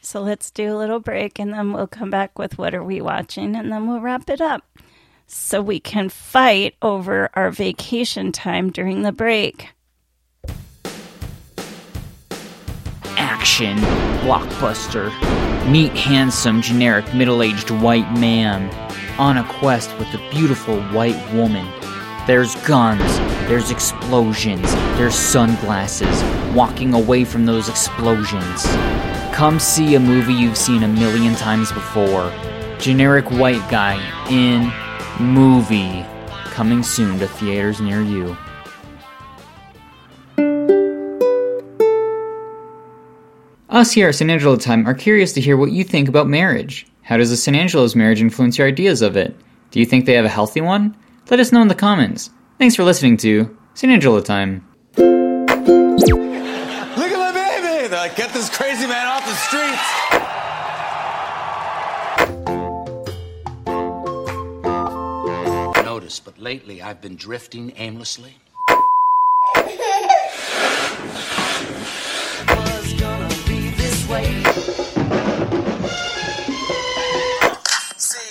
C: So let's do a little break and then we'll come back with what are we watching and then we'll wrap it up. So we can fight over our vacation time during the break.
A: Action. Blockbuster. Meet handsome, generic, middle aged white man on a quest with a beautiful white woman. There's guns, there's explosions, there's sunglasses, walking away from those explosions. Come see a movie you've seen a million times before. Generic white guy in movie. Coming soon to theaters near you. Us here at San Angelo Time are curious to hear what you think about marriage. How does the San Angelo's marriage influence your ideas of it? Do you think they have a healthy one? Let us know in the comments. Thanks for listening to San Angelo Time.
E: Look at my baby! They're like, get this crazy man off the streets!
F: notice, but lately I've been drifting aimlessly.
G: See,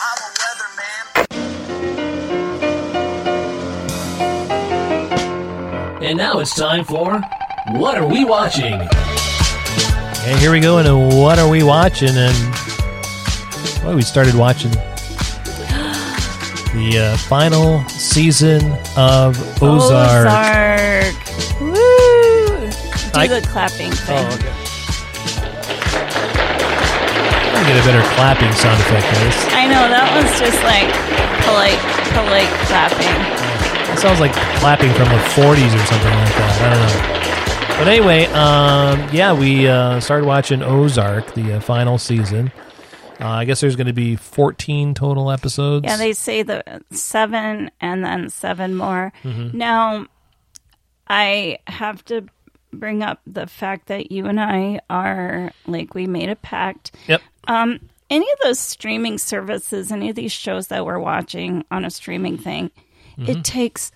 G: I'm a weatherman.
D: And now it's time for What Are We Watching?
B: And here we go into what are we watching? And well, we started watching the uh, final season of Ozark.
C: Ozark. Woo! Do
B: I-
C: the clapping
B: Oh,
C: thing.
B: I'm gonna get a better clapping sound effect. Guys.
C: I know that was just like polite, polite clapping.
B: It sounds like clapping from the 40s or something like that. I don't know. But anyway, um, yeah, we uh, started watching Ozark, the uh, final season. Uh, I guess there's going to be 14 total episodes.
C: Yeah, they say the seven and then seven more. Now, I have to bring up the fact that you and I are like we made a pact.
B: Yep.
C: Any of those streaming services, any of these shows that we're watching on a streaming thing, it takes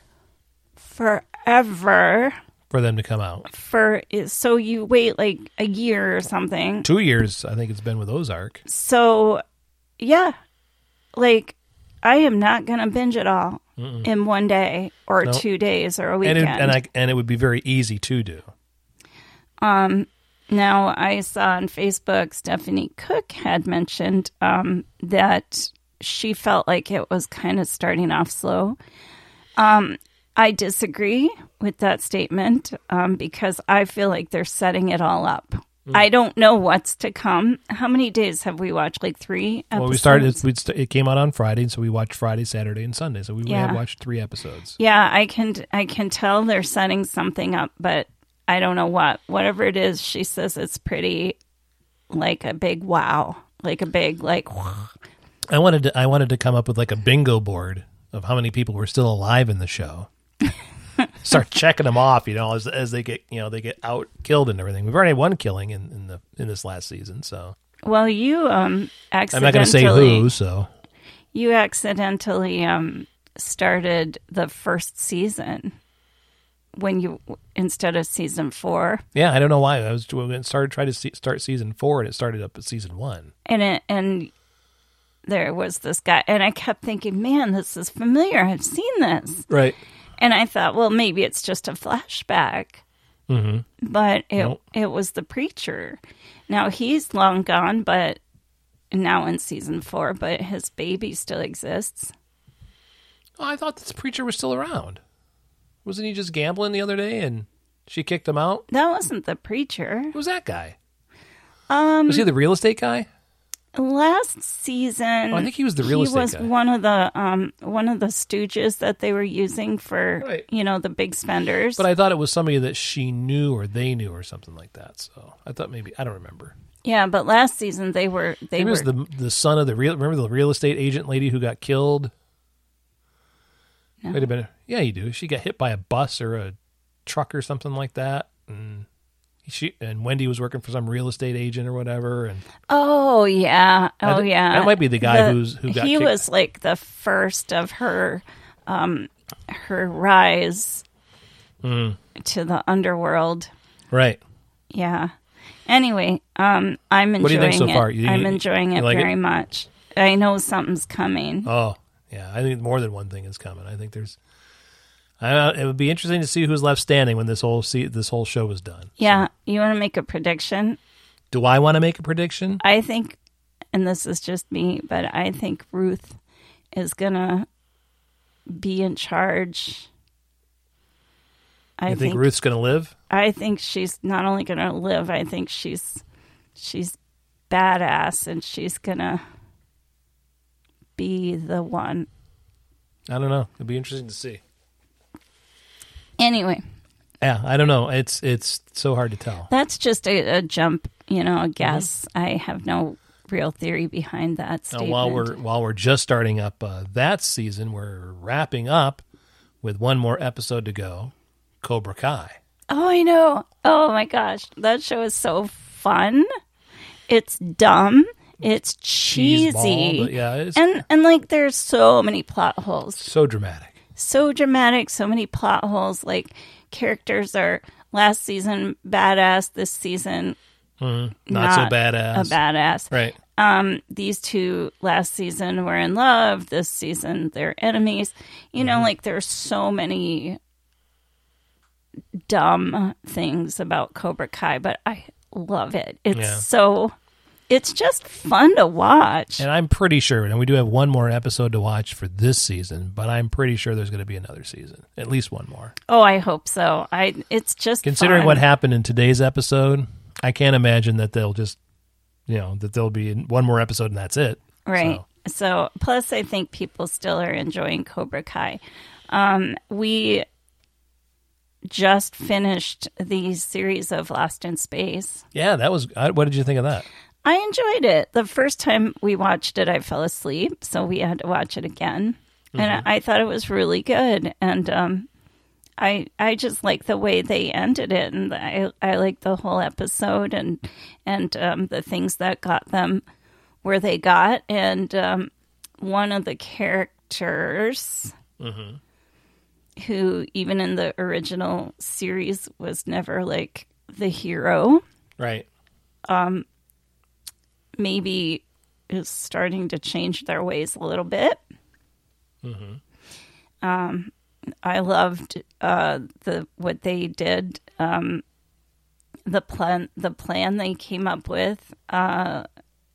C: forever
B: For them to come out.
C: for so you wait like a year or something.
B: Two years, I think it's been with Ozark.
C: So, yeah, like I am not gonna binge it all in one day or
B: No.
C: two days or a
B: And
C: weekend.
B: it, and, I, and it would be very easy to do.
C: now I saw on Facebook Stephanie Cook had mentioned um, that she felt like it was kind of starting off slow. Um, I disagree with that statement um, because I feel like they're setting it all up.
B: Mm.
C: I don't know what's to come. How many days have we watched? Like three. Episodes?
B: Well, we started, we st- it came out on Friday, so we watched Friday, Saturday, and Sunday. So we, we had
C: Yeah.
B: watched three episodes.
C: Yeah, I can I can tell they're setting something up, but I don't know what. Whatever it is, she says it's pretty like a big wow. Like a big like
B: I wanted to I wanted to come up with like a bingo board of how many people were still alive in the show. Start checking them off, you know, as as they get you know they get out killed and everything. We've already had one killing in, in the in this last season, so
C: well you um
B: I'm
C: accidentally
B: not going to say who. So
C: you accidentally um started the first season when you instead of season 4
B: yeah, I don't know why I was when started trying to see, start season four and it started up at season one.
C: and it and there was this guy and I kept thinking, "Man, this is familiar. I've seen this."
B: Right.
C: And I thought, well, maybe it's just a flashback. But it
B: Mm-hmm. Nope.
C: it was the preacher. Now he's long gone, but now in season four, but his baby still exists.
B: Oh, I thought this preacher was still around. Wasn't he just gambling the other day and she kicked him out?
C: That wasn't the preacher.
B: Who was that guy?
C: Um,
B: Was he the real estate guy?
C: last season,
B: Oh, I think he was the real
C: he
B: estate
C: was
B: guy.
C: one of the um one of the stooges that they were using for
B: Right.
C: you know the big spenders.
B: But I thought it was somebody that she knew or they knew or something like that. So I thought maybe I don't remember.
C: yeah, but last season they were they
B: Maybe it
C: were
B: was the the son of the real. Remember the real estate agent lady who got killed. Wait a minute. Yeah, you do. She got hit by a bus or a truck or something like that, and she and Wendy was working for some real estate agent or whatever. And
C: Oh yeah,
B: I
C: oh
B: thi-
C: yeah.
B: that might be the guy who's- who got
C: he
B: kicked-
C: was like the first of her, um, her rise
B: Mm.
C: to the underworld.
B: right,
C: Yeah. Anyway, um, I'm enjoying
B: do you think so
C: it.
B: far? You-
C: I'm
B: you-
C: enjoying
B: you
C: it
B: like it?
C: very much. I know something's coming.
B: oh yeah, I think more than one thing is coming. I think there's. I don't know, it would be interesting to see who's left standing when this whole se- this whole show is done.
C: yeah, you want to make a prediction?
B: Do I want to make a prediction?
C: I think, and this is just me, but I think Ruth is gonna be in charge. I
B: I think Ruth's going to live?
C: I think she's not only going to live, I think she's she's badass and she's going to be the one.
B: I don't know. It'd be interesting to see.
C: Anyway,
B: Yeah, I don't know. It's it's so hard to tell.
C: that's just a, a jump, you know, a
B: Mm-hmm.
C: guess. I have no real theory behind that
B: Now,
C: statement.
B: while we're while we're just starting up uh, that season, we're wrapping up with one more episode to go. Cobra Kai.
C: Oh, I know. Oh my gosh, that show is so fun. It's dumb. It's cheesy.
B: Cheese ball, but yeah, it's-
C: and and like there's so many plot holes.
B: So dramatic.
C: so dramatic, so many plot holes. Like characters are last season badass, this season
B: Not,
C: Not
B: so badass.
C: a badass.
B: right.
C: These two last season were in love. This season they're enemies. You know, like there's so many dumb things about Cobra Kai, but I love it. It's
B: Yeah.
C: so, it's just fun to watch.
B: And I'm pretty sure, and we do have one more episode to watch for this season, but I'm pretty sure there's going to be another season, at least one more.
C: Oh, I hope so. I it's just
B: Considering
C: fun.
B: what happened in today's episode, I can't imagine that they'll just, you know, that there'll be one more episode and that's it.
C: Right.
B: So,
C: So. plus, I think people still are enjoying Cobra Kai. Um, we just finished the series of Lost in Space.
B: yeah, that was. I, what did you think of that?
C: I enjoyed it. The first time we watched it, I fell asleep, so we had to watch it again, and I, I thought it was really good. And um, I I just like the way they ended it, and I I like the whole episode and and um, the things that got them where they got, and um, one of the characters. Who even in the original series was never like the hero
B: Right.
C: maybe is starting to change their ways a little bit. Um, I loved uh, the what they did, um, the plan, the plan they came up with uh,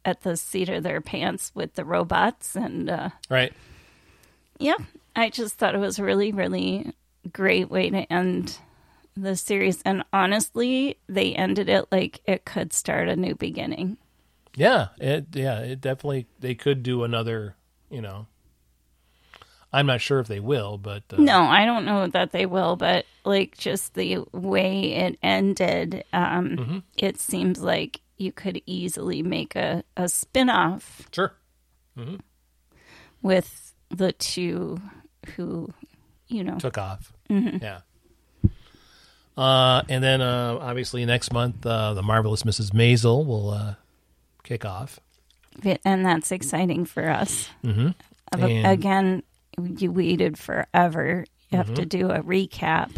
C: at the seat of their pants with the robots, and uh,
B: Right.
C: yeah, I just thought it was a really, really great way to end the series. And honestly, they ended it like it could start a new beginning.
B: Yeah, it yeah, it definitely they could do another, you know. I'm not sure if they will, but uh,
C: No, I don't know that they will, but like just the way it ended, um, it seems like you could easily make a, a spin off
B: sure.
C: with the two who, you know,
B: Took off. Yeah. Uh, and then uh, obviously next month uh, the marvelous Mrs. Maisel will uh, kick off.
C: and that's exciting for us. Mm-hmm.
B: And-
C: Again, you waited forever. You have to do a recap.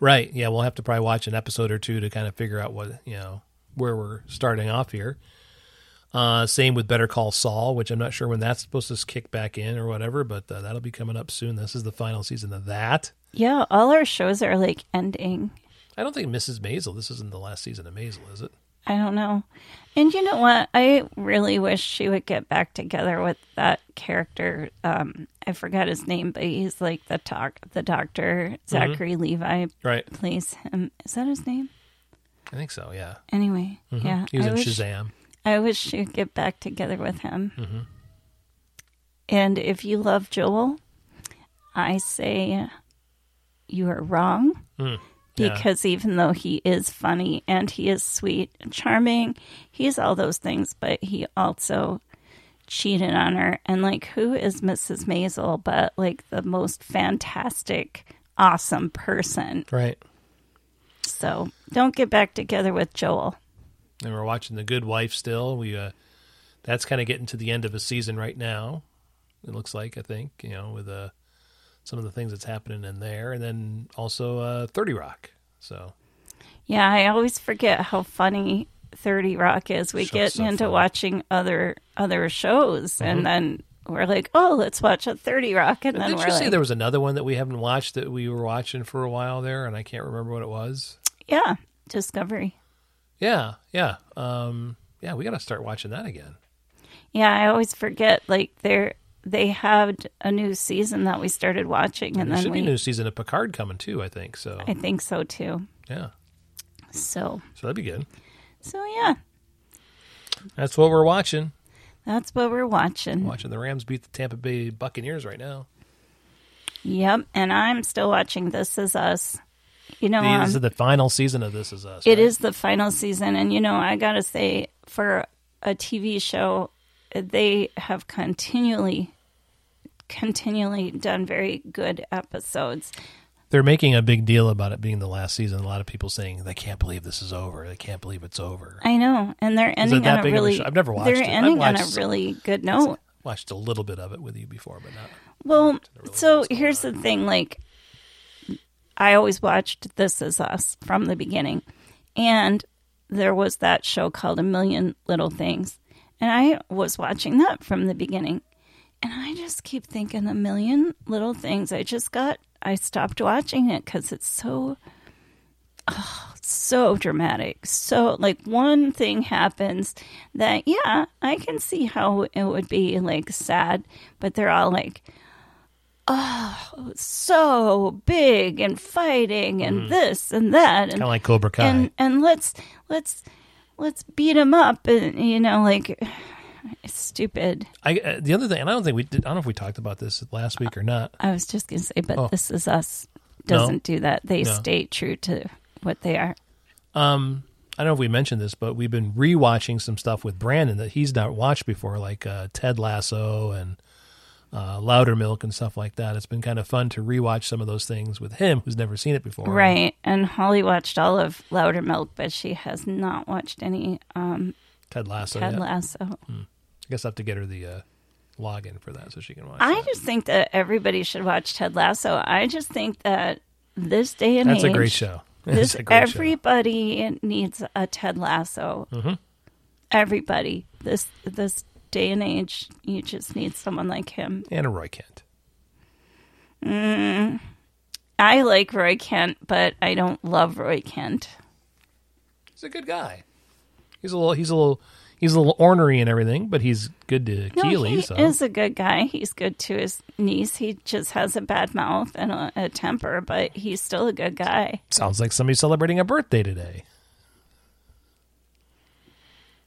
B: Right. Yeah, we'll have to probably watch an episode or two to kind of figure out what you know where we're starting off here. Uh, same with Better Call Saul, which I'm not sure when that's supposed to kick back in or whatever, but uh, that'll be coming up soon. This is the final season of that.
C: Yeah, all our shows are like ending.
B: I don't think Mrs. Maisel. This isn't the last season of Maisel, is it?
C: I don't know. And you know what? I really wish she would get back together with that character. Um, I forgot his name, but he's like the talk the
B: Mm-hmm.
C: doctor Zachary Levi
B: Right.
C: plays him. Is that his name?
B: I think so. Yeah.
C: Anyway, yeah.
B: Mm-hmm. He was
C: I
B: in
C: wish,
B: Shazam.
C: I wish she would get back together with him. And if you love Joel, I say you are wrong
B: Yeah.
C: because even though he is funny and he is sweet and charming, he's all those things, but he also cheated on her. And like, who is Mrs. Maisel but like the most fantastic, awesome person?
B: Right.
C: So don't get back together with Joel.
B: And we're watching The Good Wife still. We uh, that's kind of getting to the end of a season right now. It looks like I think you know with uh, some of the things that's happening in there, and then also uh, Thirty Rock. So
C: Yeah, I always forget how funny 30 Rock is. We
B: Show's
C: get
B: so
C: into
B: funny. Mm-hmm.
C: watching other other shows and then we're like, "Oh, let's watch a 30 Rock." And then
B: did
C: we're
B: you see
C: like,
B: there was another one that we haven't watched that we were watching for a while there, and I can't remember what it was.
C: "Yeah, Discovery."
B: Yeah, yeah, um, yeah. We got to start watching that again.
C: Yeah, I always forget like they're they had a new season that we started watching and
B: there
C: then
B: should
C: we
B: be a new season of Picard coming too. I think so.
C: I think so too.
B: Yeah,
C: So
B: so that'd be good.
C: so yeah,
B: That's what we're watching.
C: that's what we're watching.
B: Watching the Rams beat the Tampa Bay Buccaneers right now.
C: Yep, and I'm still watching This Is Us. You know,
B: The-
C: um,
B: this is the final season of This Is Us.
C: It
B: right?
C: is the final season, and you know, I gotta say, for a TV show, they have continually, continually done very good episodes.
B: They're making a big deal about it being the last season. A lot of people saying they can't believe this is over. They can't believe it's over.
C: I know, and they're ending
B: that
C: on a
B: big of a
C: really.
B: show? I've never watched
C: They're
B: it. I've
C: ending on
B: watched-
C: a really good note.
B: Watched a little bit of it with you before, but not.
C: Well, so here's the thing like I always watched This Is Us from the beginning. And there was that show called A Million Little Things. And I was watching that from the beginning. And I just keep thinking a million little things. I just got I stopped watching it cuz it's so oh, so dramatic. So, like, one thing happens that, yeah, I can see how it would be like sad, but they're all like, oh, so big and fighting and this and that. And
B: Kind of like Cobra Kai.
C: and and let's let's let's beat him up and you know like it's stupid
B: I, uh, the other thing, and I don't think we did, I don't know if we talked about this last week or not.
C: i was just gonna say but
B: Oh.
C: this is us
B: No.
C: doesn't do that they
B: No.
C: stay true to what they are
B: Um, I don't know if we mentioned this, but we've been rewatching some stuff with Brandon that he's not watched before, like uh, Ted Lasso and uh, Louder Milk and stuff like that. It's been kind of fun to rewatch some of those things with him, who's never seen it before.
C: right and holly watched all of louder milk but she has not watched any um
B: Ted Lasso.
C: ted
B: yeah.
C: lasso
B: I guess I have to get her the uh, login for that so she can watch.
C: i
B: that.
C: just think that everybody should watch ted lasso i just think that this day and
B: That's
C: age
B: a great show. That's
C: This
B: a great show. Mm-hmm.
C: everybody needs a Ted Lasso. Everybody this this day and age, you just need someone like him.
B: and a Roy Kent.
C: I like Roy Kent, but I don't love Roy Kent.
B: He's a good guy. He's a little. He's a little. He's a little ornery and everything, but he's good to
C: No,
B: Keely.
C: he
B: so
C: is a good guy. He's good to his niece. He just has a bad mouth and a, a temper, but he's still a good guy.
B: sounds like somebody's celebrating a birthday today.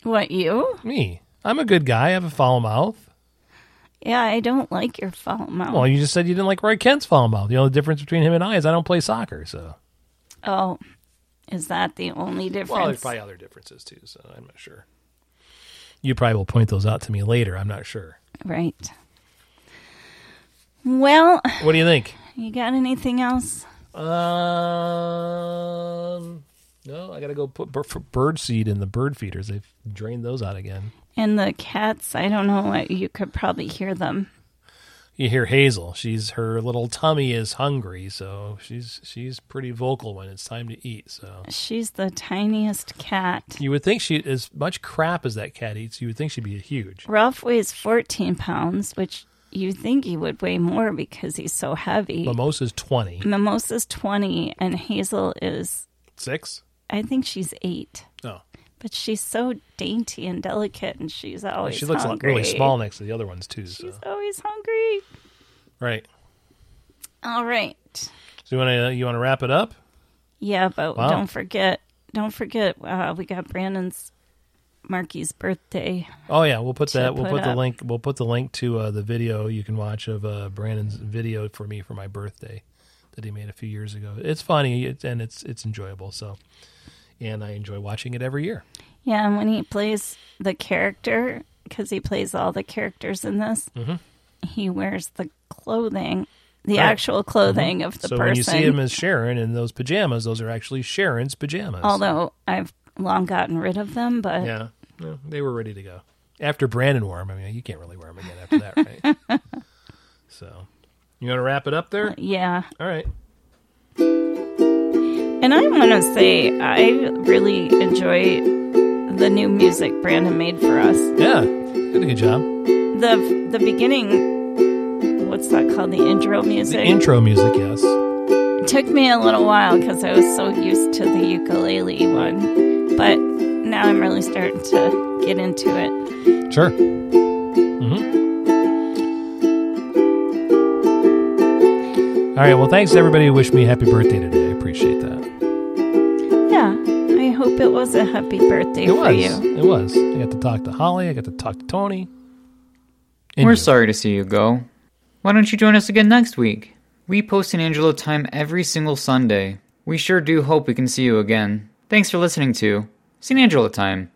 C: What you?
B: Me, I'm a good guy. I have a foul mouth.
C: Yeah, I don't like your foul mouth.
B: Well, you just said you didn't like Roy Kent's foul mouth. The only difference between him and I is I don't play soccer. So
C: oh, is that the only difference?
B: well, there's probably other differences too. So I'm not sure. You probably will point those out to me later. I'm not sure.
C: Right. Well,
B: What do you think?
C: you got anything else?
B: Um, no, I gotta go put bir- for bird seed in the bird feeders. They've drained those out again.
C: And the cats, I don't know what you could probably hear them.
B: You hear Hazel. She's her little tummy is hungry, so she's she's pretty vocal when it's time to eat. So
C: She's the tiniest cat.
B: you would think she as much crap as that cat eats. You would think she'd be huge.
C: Ralph weighs 14 pounds, which you think he would weigh more because he's so heavy.
B: Mimosa's twenty
C: Mimosa's 20, and Hazel is,
B: six.
C: I think she's eight.
B: Oh,
C: But she's so dainty and delicate, and she's always
B: she looks
C: hungry.
B: really small next to the other ones too. So
C: She's always hungry.
B: right.
C: All right.
B: So you want to you want to wrap it up?
C: Yeah, but
B: Wow.
C: don't forget, don't forget, uh, we got Brandon's Marky's birthday.
B: Oh yeah, we'll put
C: to
B: that. We'll
C: put
B: put the
C: up.
B: link. We'll put the link to uh, the video you can watch of uh, Brandon's video for me for my birthday that he made a few years ago. It's funny it, and it's it's enjoyable. So, and I enjoy watching it every year.
C: Yeah, and when he plays the character, because he plays all the characters in this, he wears the clothing,
B: Mm-hmm.
C: the
B: Right. Mm-hmm.
C: actual clothing of the
B: so
C: person.
B: when you see him as Sharon in those pajamas, those are actually Sharon's pajamas.
C: although I've long gotten rid of them, but
B: yeah, no, they were ready to go after Brandon wore 'em, I mean, you can't really wear them again after that, right? so, you want to wrap it up there?
C: yeah.
B: All right.
C: And I want to say I really enjoy the new music Brandon made for us.
B: Yeah, did a good job.
C: The the beginning, what's that called? The intro music.
B: The intro music, yes.
C: It took me a little while because I was so used to the ukulele one, but now I'm really starting to get into it.
B: Sure. Mm-hmm. All right. Well, thanks everybody who wished me happy birthday today. I appreciate that.
C: Yeah, I hope it was a happy birthday
B: It
C: for
B: was.
C: you.
B: It was. I got to talk to Holly. I got to talk to Tony. And
A: We're
B: you.
A: sorry to see you go. Why don't you join us again next week? We post an Angelo time every single Sunday. We sure do hope we can see you again. Thanks for listening to St. Angelo Time.